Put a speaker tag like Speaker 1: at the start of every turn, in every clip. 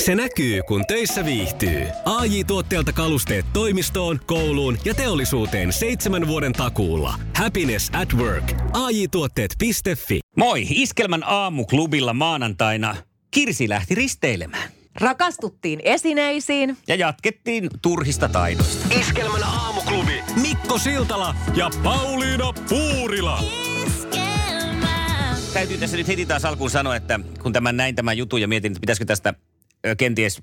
Speaker 1: Se näkyy, kun töissä viihtyy. ai tuotteelta kalusteet toimistoon, kouluun ja teollisuuteen seitsemän vuoden takuulla. Happiness at work. ai tuotteetfi
Speaker 2: Moi! Iskelmän aamuklubilla maanantaina Kirsi lähti risteilemään.
Speaker 3: Rakastuttiin esineisiin.
Speaker 2: Ja jatkettiin turhista taidoista.
Speaker 1: Iskelmän aamuklubi. Mikko Siltala ja Pauliina Puurila.
Speaker 2: Täytyy tässä nyt heti taas alkuun sanoa, että kun tämän näin tämän jutun ja mietin, että pitäisikö tästä ö, kenties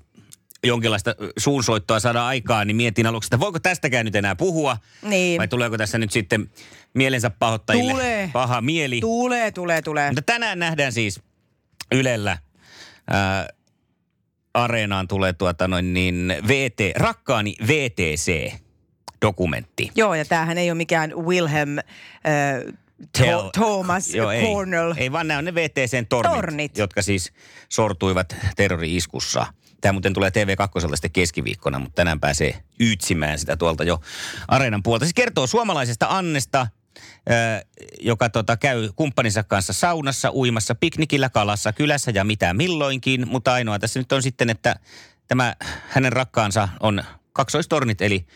Speaker 2: jonkinlaista ö, suunsoittoa saada aikaan, niin mietin aluksi, että voiko tästäkään nyt enää puhua.
Speaker 4: Niin.
Speaker 2: Vai tuleeko tässä nyt sitten mielensä pahoittajille
Speaker 4: Tulee.
Speaker 2: paha mieli?
Speaker 4: Tulee, tulee, tulee.
Speaker 2: Mutta tänään nähdään siis Ylellä. Ää, areenaan tulee tuota noin niin VT, rakkaani VTC-dokumentti.
Speaker 4: Joo, ja tämähän ei ole mikään Wilhelm äh,
Speaker 2: Tell-
Speaker 4: to- Thomas
Speaker 2: Joo, ei,
Speaker 4: Cornell.
Speaker 2: Ei vaan nämä on ne VTCn tornit,
Speaker 4: Tornit.
Speaker 2: jotka siis sortuivat terrori-iskussa. Tämä muuten tulee TV2 sitten keskiviikkona, mutta tänään pääsee yytsimään sitä tuolta jo areenan puolta. Se kertoo suomalaisesta Annesta, ö, joka tota, käy kumppaninsa kanssa saunassa, uimassa, piknikillä, kalassa, kylässä ja mitä milloinkin. Mutta ainoa tässä nyt on sitten, että tämä hänen rakkaansa on kaksoistornit, eli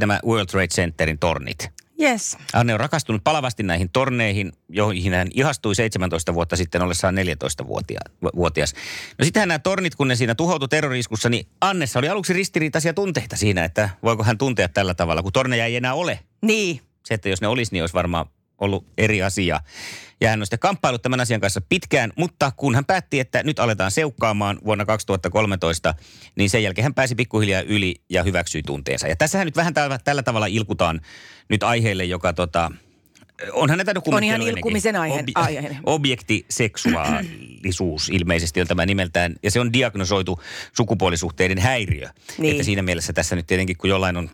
Speaker 2: nämä World Trade Centerin tornit.
Speaker 4: Yes.
Speaker 2: Anne Äh, on rakastunut palavasti näihin torneihin, joihin hän ihastui 17 vuotta sitten ollessaan 14-vuotias. No sittenhän nämä tornit, kun ne siinä tuhoutui terroriskussa, niin Annessa oli aluksi ristiriitaisia tunteita siinä, että voiko hän tuntea tällä tavalla, kun torneja ei enää ole.
Speaker 4: Niin.
Speaker 2: Se, että jos ne olisi, niin olisi varmaan ollut eri asia. Ja hän on sitten kamppailut tämän asian kanssa pitkään, mutta kun hän päätti, että nyt aletaan seukkaamaan vuonna 2013, niin sen jälkeen hän pääsi pikkuhiljaa yli ja hyväksyi tunteensa. Ja tässähän nyt vähän tällä, tällä tavalla ilkutaan nyt aiheelle, joka tota, onhan näitä dokumentteja
Speaker 4: On ihan
Speaker 2: ollut
Speaker 4: ilkumisen
Speaker 2: ennenkin.
Speaker 4: aiheen- aiheinen.
Speaker 2: Objektiseksuaalisuus ilmeisesti on tämä nimeltään, ja se on diagnosoitu sukupuolisuhteiden häiriö.
Speaker 4: Niin.
Speaker 2: Että siinä mielessä tässä nyt tietenkin, kun jollain on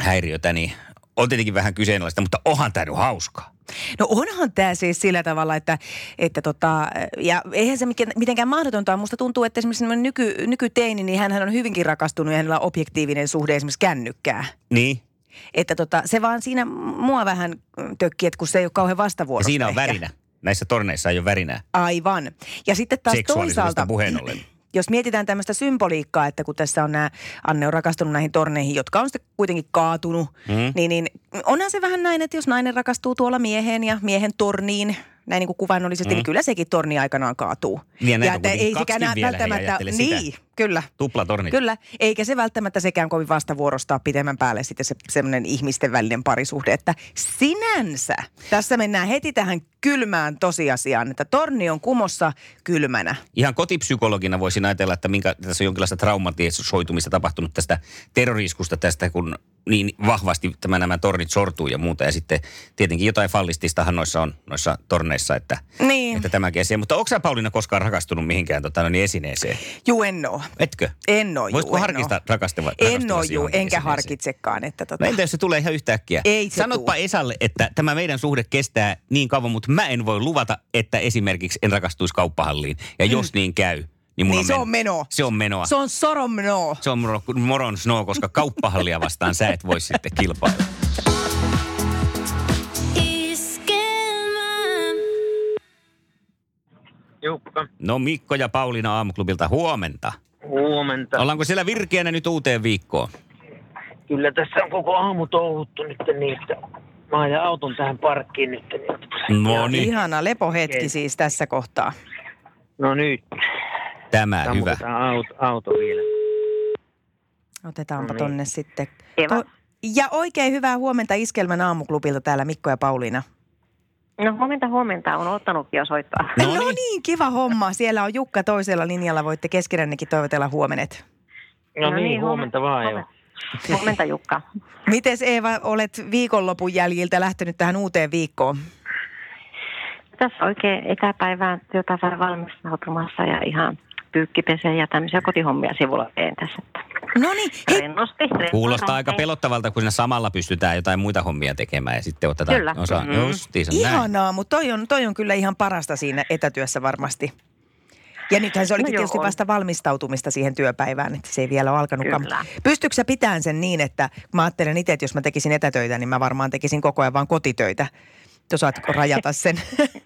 Speaker 2: häiriötä, niin on tietenkin vähän kyseenalaista, mutta onhan tämä nyt hauskaa.
Speaker 4: No onhan tämä siis sillä tavalla, että, että tota, ja eihän se mikään- mitenkään mahdotonta ole. Musta tuntuu, että esimerkiksi semmoinen nyky, nykyteini, niin hän on hyvinkin rakastunut ja hänellä on objektiivinen suhde esimerkiksi kännykkää.
Speaker 2: Niin.
Speaker 4: Että tota, se vaan siinä mua vähän tökkii, että kun se ei ole kauhean
Speaker 2: Ja
Speaker 4: vastavuorosta.
Speaker 2: siinä on
Speaker 4: ehkä.
Speaker 2: värinä. Näissä torneissa ei ole värinää.
Speaker 4: Aivan. Ja sitten taas
Speaker 2: Seksuaalisuudesta
Speaker 4: toisaalta,
Speaker 2: puheen ollen.
Speaker 4: jos mietitään tämmöistä symboliikkaa, että kun tässä on nämä, Anne on rakastunut näihin torneihin, jotka on sitten kuitenkin kaatunut,
Speaker 2: Mhm.
Speaker 4: mm. niin, niin onhan se vähän näin, että jos nainen rakastuu tuolla mieheen ja miehen torniin, näin niin kuin kuvainnollisesti, mm. niin kyllä sekin torni aikanaan kaatuu.
Speaker 2: Mhm. Niin, ja näitä on
Speaker 4: että
Speaker 2: kuitenkin kaksikin
Speaker 4: sekään
Speaker 2: vielä, hei, ajattele sitä. Niin.
Speaker 4: niin, kyllä.
Speaker 2: Tuplatornit.
Speaker 4: Kyllä, eikä se välttämättä sekään kovin vastavuorostaa pitemmän päälle sitten se, semmoinen ihmisten välinen parisuhde, että sinänsä tässä mennään heti tähän kylmään tosiasiaan, että torni on kumossa kylmänä.
Speaker 2: Ihan kotipsykologina voisin ajatella, että minkä, tässä on jonkinlaista traumatisoitumista tapahtunut tästä terroriskusta tästä, kun niin vahvasti tämä, nämä tornit sortuu ja muuta. Ja sitten tietenkin jotain fallististahan noissa on, noissa torneissa, että,
Speaker 4: Niin,
Speaker 2: että tämäkin asia. Mutta onko sä Pauliina koskaan rakastunut mihinkään tota, niin esineeseen?
Speaker 4: juu en oo.
Speaker 2: Etkö?
Speaker 4: En oo,
Speaker 2: Voisitko
Speaker 4: juu, en
Speaker 2: harkista
Speaker 4: oo.
Speaker 2: rakastava?
Speaker 4: En
Speaker 2: rakastuvasi
Speaker 4: oo juu,
Speaker 2: johonkin
Speaker 4: enkä
Speaker 2: esineeseen?
Speaker 4: harkitsekaan, että tota,
Speaker 2: No entä jos se tulee ihan yhtäkkiä?
Speaker 4: Ei se
Speaker 2: Sanotpa
Speaker 4: tuu.
Speaker 2: Esalle, että tämä meidän suhde kestää niin kauan, mutta mä en voi luvata, että esimerkiksi en rakastuisi kauppahalliin. Ja jos niin käy, niin, mulla
Speaker 4: Mm. niin se on meno.
Speaker 2: Se on menoa.
Speaker 4: Se on soromno.
Speaker 2: Se on moro- moron snow, koska kauppahallia vastaan sä et voi sitten kilpailla.
Speaker 5: Jukka,
Speaker 2: No Mikko ja Pauliina aamuklubilta huomenta.
Speaker 5: huomenta.
Speaker 2: Ollaanko siellä virkeänä nyt uuteen viikkoon?
Speaker 5: Kyllä tässä on koko aamu touhuttu nyt niitä. Mä ajan auton tähän parkkiin nyt. niin-
Speaker 2: No niin,
Speaker 4: Ihana lepohetki
Speaker 5: Ei.
Speaker 4: siis tässä kohtaa.
Speaker 5: No nyt.
Speaker 2: tämä hyvä.
Speaker 5: Sammutetaan auto, auto vielä.
Speaker 4: Otetaanpa
Speaker 5: No niin.
Speaker 4: tonne sitten.
Speaker 6: Eva.
Speaker 4: ja oikein hyvää huomenta Iskelmän aamuklubilta täällä Mikko ja Pauliina.
Speaker 6: No huomenta, huomenta. on ottanutkin jo soittaa.
Speaker 4: No niin. no niin, kiva homma. Siellä on Jukka toisella linjalla. Voitte keskenännekin toivotella huomenet.
Speaker 5: No, no niin, huomenta vaan Eva.
Speaker 6: Huomenta, huomenta Jukka.
Speaker 4: Mites Eeva, olet viikonlopun jäljiltä lähtenyt tähän uuteen viikkoon?
Speaker 6: Tässä oikein etäpäivään työpäivään valmistautumassa ja ihan pyykkipeseen ja tämmöisiä kotihommia sivulla teen tässä. Että
Speaker 4: No niin, hei,
Speaker 6: Rennosti, rennosti.
Speaker 2: Kuulostaa aika pelottavalta, kun siinä samalla pystytään jotain muita hommia tekemään ja sitten otetaan
Speaker 6: Kyllä.
Speaker 2: osaa.
Speaker 6: Mm.
Speaker 2: Justiinsa näin.
Speaker 4: ihanaa, mutta toi on, toi on kyllä ihan parasta siinä etätyössä varmasti. Ja nythän se olikin
Speaker 6: No
Speaker 4: no
Speaker 6: joo,
Speaker 4: tietysti
Speaker 6: on.
Speaker 4: vasta valmistautumista siihen työpäivään, että se ei vielä ole alkanutkaan.
Speaker 6: Kyllä.
Speaker 4: Pystyykö sä pitämään sen niin, että mä ajattelen itse, että jos mä tekisin etätöitä, niin mä varmaan tekisin koko ajan vaan kotitöitä. Osaatko rajata sen?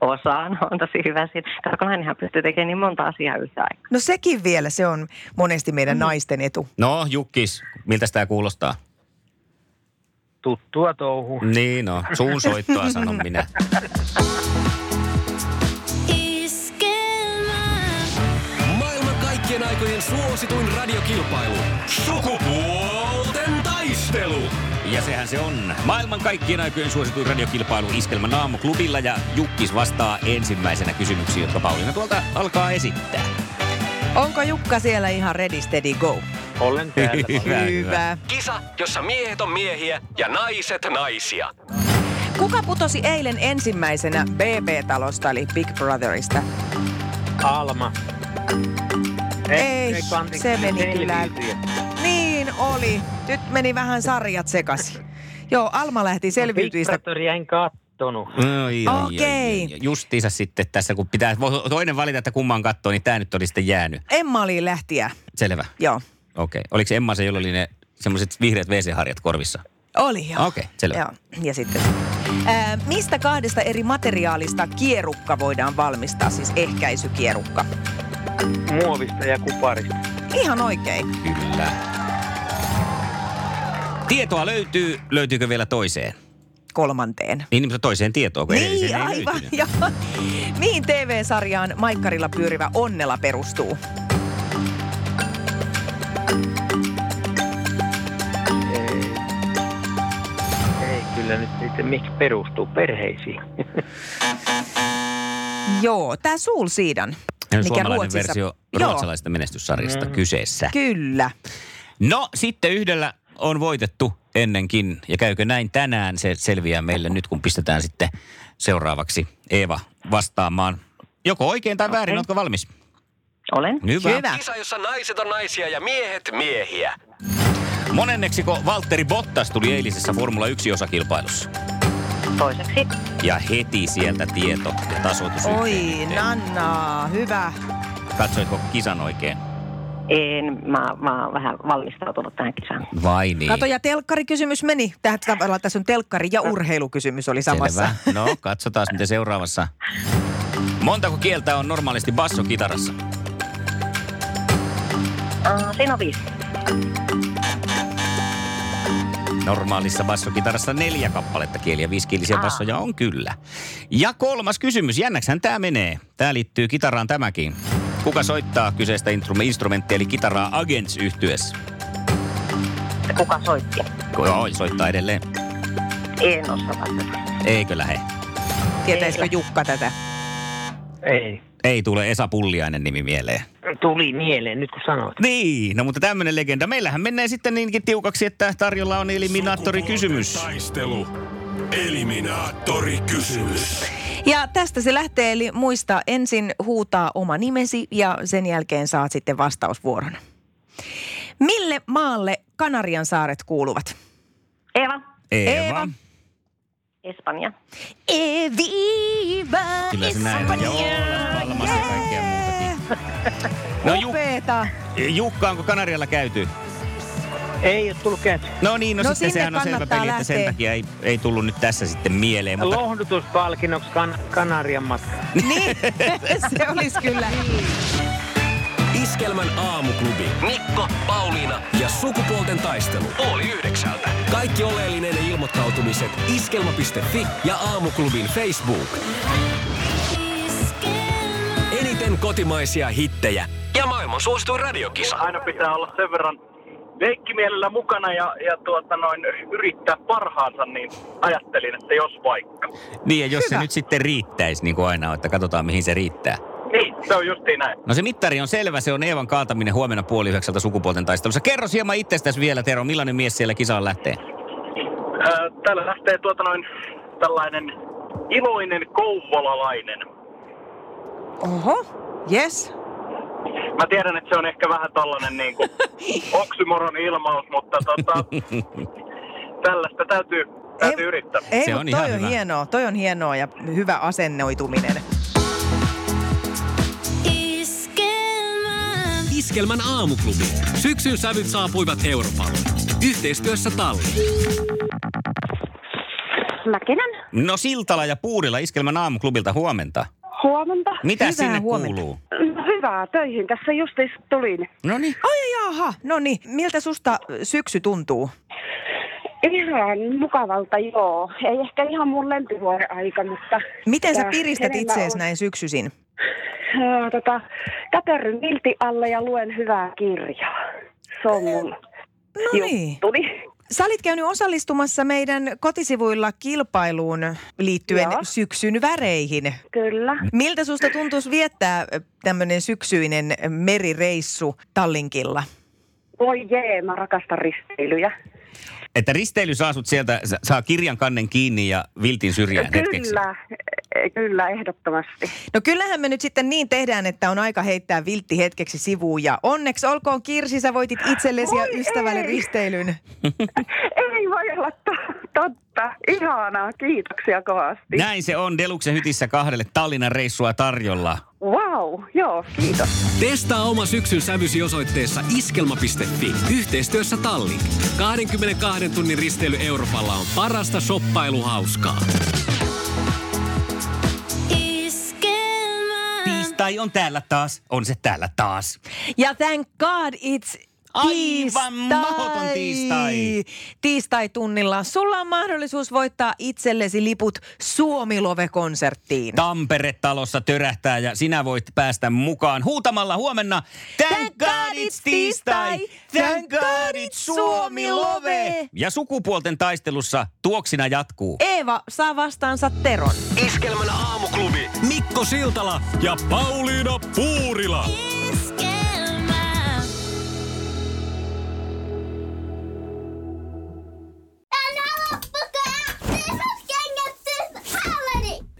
Speaker 6: Osaan, on tosi hyvä siinä. Kato, kun nainenhan pystyy tekemään niin monta asiaa yhtä aikaa.
Speaker 4: No sekin vielä, se on monesti
Speaker 6: Mm.
Speaker 4: meidän naisten etu.
Speaker 2: No Jukkis, miltä tämä kuulostaa?
Speaker 5: Tuttua touhu.
Speaker 2: Niin no, suunsoittoa sanon minä.
Speaker 1: Maailman kaikkien aikojen suosituin radiokilpailu. Sukupuolten taistelu.
Speaker 2: Ja sehän se on. Maailman kaikkien aikojen suosituin radiokilpailu Iskelmän aamuklubilla ja Jukkis vastaa ensimmäisenä kysymyksiin, jotka Pauliina tuolta alkaa esittää.
Speaker 4: Onko Jukka siellä ihan ready, steady, go?
Speaker 5: Olen täällä.
Speaker 4: Hyvä.
Speaker 1: Kisa, jossa miehet on miehiä ja naiset naisia.
Speaker 4: Kuka putosi eilen ensimmäisenä BB-talosta eli Big Brotherista?
Speaker 5: Alma.
Speaker 4: Ei,
Speaker 5: anteeksi.
Speaker 4: se meni
Speaker 5: Ei,
Speaker 4: kyllä.
Speaker 5: viisi.
Speaker 4: Niin oli. Nyt meni vähän sarjat sekaisin. Joo, Alma
Speaker 2: No,
Speaker 4: lähti selviytyjistä.
Speaker 5: Diktaattoria en kattonut.
Speaker 2: Oi, oi,
Speaker 4: Okei.
Speaker 2: oi, oi. Justiinsa sitten tässä, kun pitää voi toinen valita, että kumman kattoo, niin tämä nyt oli sitten jäänyt.
Speaker 4: Emma oli lähtiä.
Speaker 2: Selvä.
Speaker 4: Joo,
Speaker 2: Okei. Oliko Emma se, jolla oli ne semmoiset vihreät WC-harjat korvissa?
Speaker 4: oli joo.
Speaker 2: Okei, selvä.
Speaker 4: Joo. Ja sitten. Ää, mistä kahdesta eri materiaalista kierukka voidaan valmistaa, siis ehkäisykierukka?
Speaker 5: Muovista ja kuparista.
Speaker 4: Ihan oikein.
Speaker 2: Kyllä. Tietoa löytyy. Löytyykö vielä toiseen?
Speaker 4: Kolmanteen.
Speaker 2: Niin, mutta toiseen tietoon, kun edelliseen
Speaker 4: Niin,
Speaker 2: ei
Speaker 4: aivan.
Speaker 2: löytynyt.
Speaker 4: Joo. Mihin TV-sarjaan Maikkarilla pyörivä Onnela perustuu?
Speaker 5: Ei. Ei kyllä nyt sitten, miksi perustuu perheisiin.
Speaker 4: Joo, tämä Soul Siidan.
Speaker 2: Mikä suomalainen versio ruotsalaisesta menestyssarjasta mm. kyseessä.
Speaker 4: Joo, kyllä.
Speaker 2: No, sitten yhdellä on voitettu ennenkin. Ja käykö näin tänään? Se selviää meille nyt, kun pistetään sitten seuraavaksi Eeva vastaamaan. Joko oikein tai väärin, oletko valmis?
Speaker 6: Olen.
Speaker 2: Hyvä.
Speaker 4: Hyvä.
Speaker 1: Kisa, jossa naiset on naisia ja miehet miehiä.
Speaker 2: Monenneksiko Valtteri Bottas tuli eilisessä Formula 1-osakilpailussa?
Speaker 6: Toiseksi
Speaker 2: Ja heti sieltä tieto ja tasoitus yhteen
Speaker 4: Oi,
Speaker 2: yhteen.
Speaker 4: Nanna, hyvä.
Speaker 2: Katsoitko kisan oikein?
Speaker 6: en, mä, mä oon vähän valmistautunut tähän kisaan.
Speaker 2: Vai niin?
Speaker 4: Kato, ja telkkarikysymys meni. Tähän tavallaan tässä on telkkari- ja urheilukysymys oli samassa.
Speaker 2: Äh. Selvä. No, katsotaan miten seuraavassa. Montako kieltä on normaalisti bassokitarassa?
Speaker 6: Äh, siinä on viisi.
Speaker 2: Normaalissa bassokitarassa neljä kappaletta kieliä, viisikielisiä
Speaker 6: Aa.
Speaker 2: bassoja on kyllä. Ja kolmas kysymys, jännäkshän tämä menee. Tämä liittyy kitaraan tämäkin. Kuka soittaa kyseistä instrum- instrumenttia eli kitaraa Agents yhtyessä?
Speaker 6: Kuka soitti?
Speaker 2: Oi, soittaa edelleen.
Speaker 6: En osaa vastata.
Speaker 2: Eikö lähe?
Speaker 4: Tietäisikö
Speaker 6: Ei.
Speaker 4: Jukka tätä?
Speaker 5: Ei.
Speaker 2: Ei tule Esa Pulliainen nimi mieleen.
Speaker 5: Tuli mieleen nyt kun sanoit.
Speaker 2: Niin, no mutta tämmöinen legenda. Meillähän menee sitten niinkin tiukaksi, että tarjolla on eliminaattorikysymys.
Speaker 1: Taistelu. Eliminaattori kysymys.
Speaker 4: Ja tästä se lähtee, eli muista ensin huutaa oma nimesi ja sen jälkeen saat sitten vastausvuoron. Mille maalle Kanarian saaret kuuluvat?
Speaker 6: Eeva,
Speaker 2: Eeva.
Speaker 4: Eeva.
Speaker 6: Espanja.
Speaker 4: Eviva
Speaker 2: Kyllä se näin on. Joo, Palmas ja kaikkea muutakin. No Ju-
Speaker 4: Upeeta.
Speaker 2: Jukka, onko Kanarialla käyty?
Speaker 5: Ei ole tullut käyty.
Speaker 2: No niin, no,
Speaker 4: No
Speaker 2: sitten
Speaker 4: sinne
Speaker 2: sehän on selvä
Speaker 4: kannattaa
Speaker 2: peli, että sen
Speaker 4: lähteä.
Speaker 2: takia ei, ei tullut nyt tässä sitten mieleen. Mutta
Speaker 5: Lohdutuspalkinnoksi kan- Kanarian matka.
Speaker 4: Niin, se olisi kyllä.
Speaker 1: Iskelmän aamuklubi. Mikko, Pauliina ja sukupuolten taistelu. Oli yhdeksältä. Kaikki oleellinen ilmoittautumiset iskelma.fi ja aamuklubin Facebook. Eniten kotimaisia hittejä ja maailman suosituin radiokisa.
Speaker 7: aina pitää olla sen verran leikkimielellä mukana ja, ja tuota noin, yrittää parhaansa, niin ajattelin, että jos vaikka.
Speaker 2: niin, ja jos se
Speaker 4: Hyvä.
Speaker 2: nyt sitten riittäisi, niin kuin aina on, että katsotaan mihin se riittää.
Speaker 7: Niin, se on justiin näin.
Speaker 2: No se mittari on selvä, se on Eevan kaataminen huomenna puoli yhdeksältä sukupuolten taistelussa. Kerro hieman itsestäsi vielä, Tero, millainen mies siellä kisaan lähtee?
Speaker 7: Ää, täällä lähtee tuota noin, tällainen iloinen kouvolalainen.
Speaker 4: Oho, yes.
Speaker 7: Mä tiedän, että se on ehkä vähän tällainen niin kuin oksymoron ilmaus, mutta tota, tällaista täytyy, täytyy yrittää.
Speaker 4: Ei,
Speaker 2: Se
Speaker 4: se
Speaker 2: on
Speaker 4: on
Speaker 2: ihan
Speaker 4: toi on
Speaker 2: hyvä.
Speaker 4: hienoa. Toi on hienoa ja hyvä asennoituminen.
Speaker 1: Iskelmän aamuklubi. Syksyn sävyt saapuivat Euroopalle. Yhteistyössä talli.
Speaker 6: Mäkinen.
Speaker 2: No Siltala ja Puurila Iskelmän aamuklubilta huomenta.
Speaker 8: Huomenta.
Speaker 2: Mitä
Speaker 4: Hyvää
Speaker 2: sinne
Speaker 4: huomenta.
Speaker 2: kuuluu?
Speaker 8: No, Hyvää töihin. Tässä justiis tulin.
Speaker 2: No niin.
Speaker 4: Ai jaha, no niin. Miltä susta syksy tuntuu?
Speaker 8: Ihan mukavalta, joo. Ei ehkä ihan mun lempivuoden aika, mutta...
Speaker 4: Miten sä
Speaker 8: Tää
Speaker 4: piristät
Speaker 8: enemmän
Speaker 4: itseesi
Speaker 8: on-
Speaker 4: näin syksyisin?
Speaker 8: Ää, Tota, käperryn vilti alle ja luen hyvää kirjaa. Se on mun
Speaker 4: No niin.
Speaker 8: juttuni.
Speaker 4: Sä olit käynyt osallistumassa meidän kotisivuilla kilpailuun liittyen
Speaker 8: Joo.
Speaker 4: syksyn väreihin.
Speaker 8: Kyllä.
Speaker 4: Miltä susta tuntuisi viettää tämmöinen syksyinen merireissu Tallinkilla?
Speaker 8: Voi jee, mä rakastan risteilyjä.
Speaker 2: Että risteily saa sut sieltä, sa- saa kirjan kannen kiinni ja viltin syrjään hetkeksi.
Speaker 8: Kyllä, eh, kyllä, ehdottomasti.
Speaker 4: No kyllähän me nyt sitten niin tehdään, että on aika heittää viltti hetkeksi sivuun. Ja onneksi olkoon Kirsi, sä voitit itsellesi ja
Speaker 8: Voi
Speaker 4: ystävälle
Speaker 8: ei.
Speaker 4: risteilyn.
Speaker 8: Ei voi olla to- totta. Ihanaa, kiitoksia kovasti.
Speaker 2: Näin se on Deluxe hytissä kahdelle Tallinnan reissua tarjolla.
Speaker 8: Wow, joo, kiitos.
Speaker 1: Testaa oma syksyn sävysi osoitteessa iskelma.fi yhteistyössä Tallink. 22 tunnin risteily Euroopalla on parasta shoppailuhauskaa.
Speaker 2: Tiistai on täällä taas, on se täällä taas.
Speaker 3: Ja thank God it's
Speaker 2: Aivan mahoton tiistai.
Speaker 3: Tiistai tunnilla sulla on mahdollisuus voittaa itsellesi liput Suomi-love-konserttiin.
Speaker 2: Tampere-talossa törähtää ja sinä voit päästä mukaan huutamalla huomenna Thank God it's tiistai! Thank God it's Suomi love! Ja sukupuolten taistelussa tuoksina jatkuu.
Speaker 3: Eeva saa vastaansa Teron.
Speaker 1: Iskelmän aamuklubi. Mikko Siltala ja Pauliina Puurila.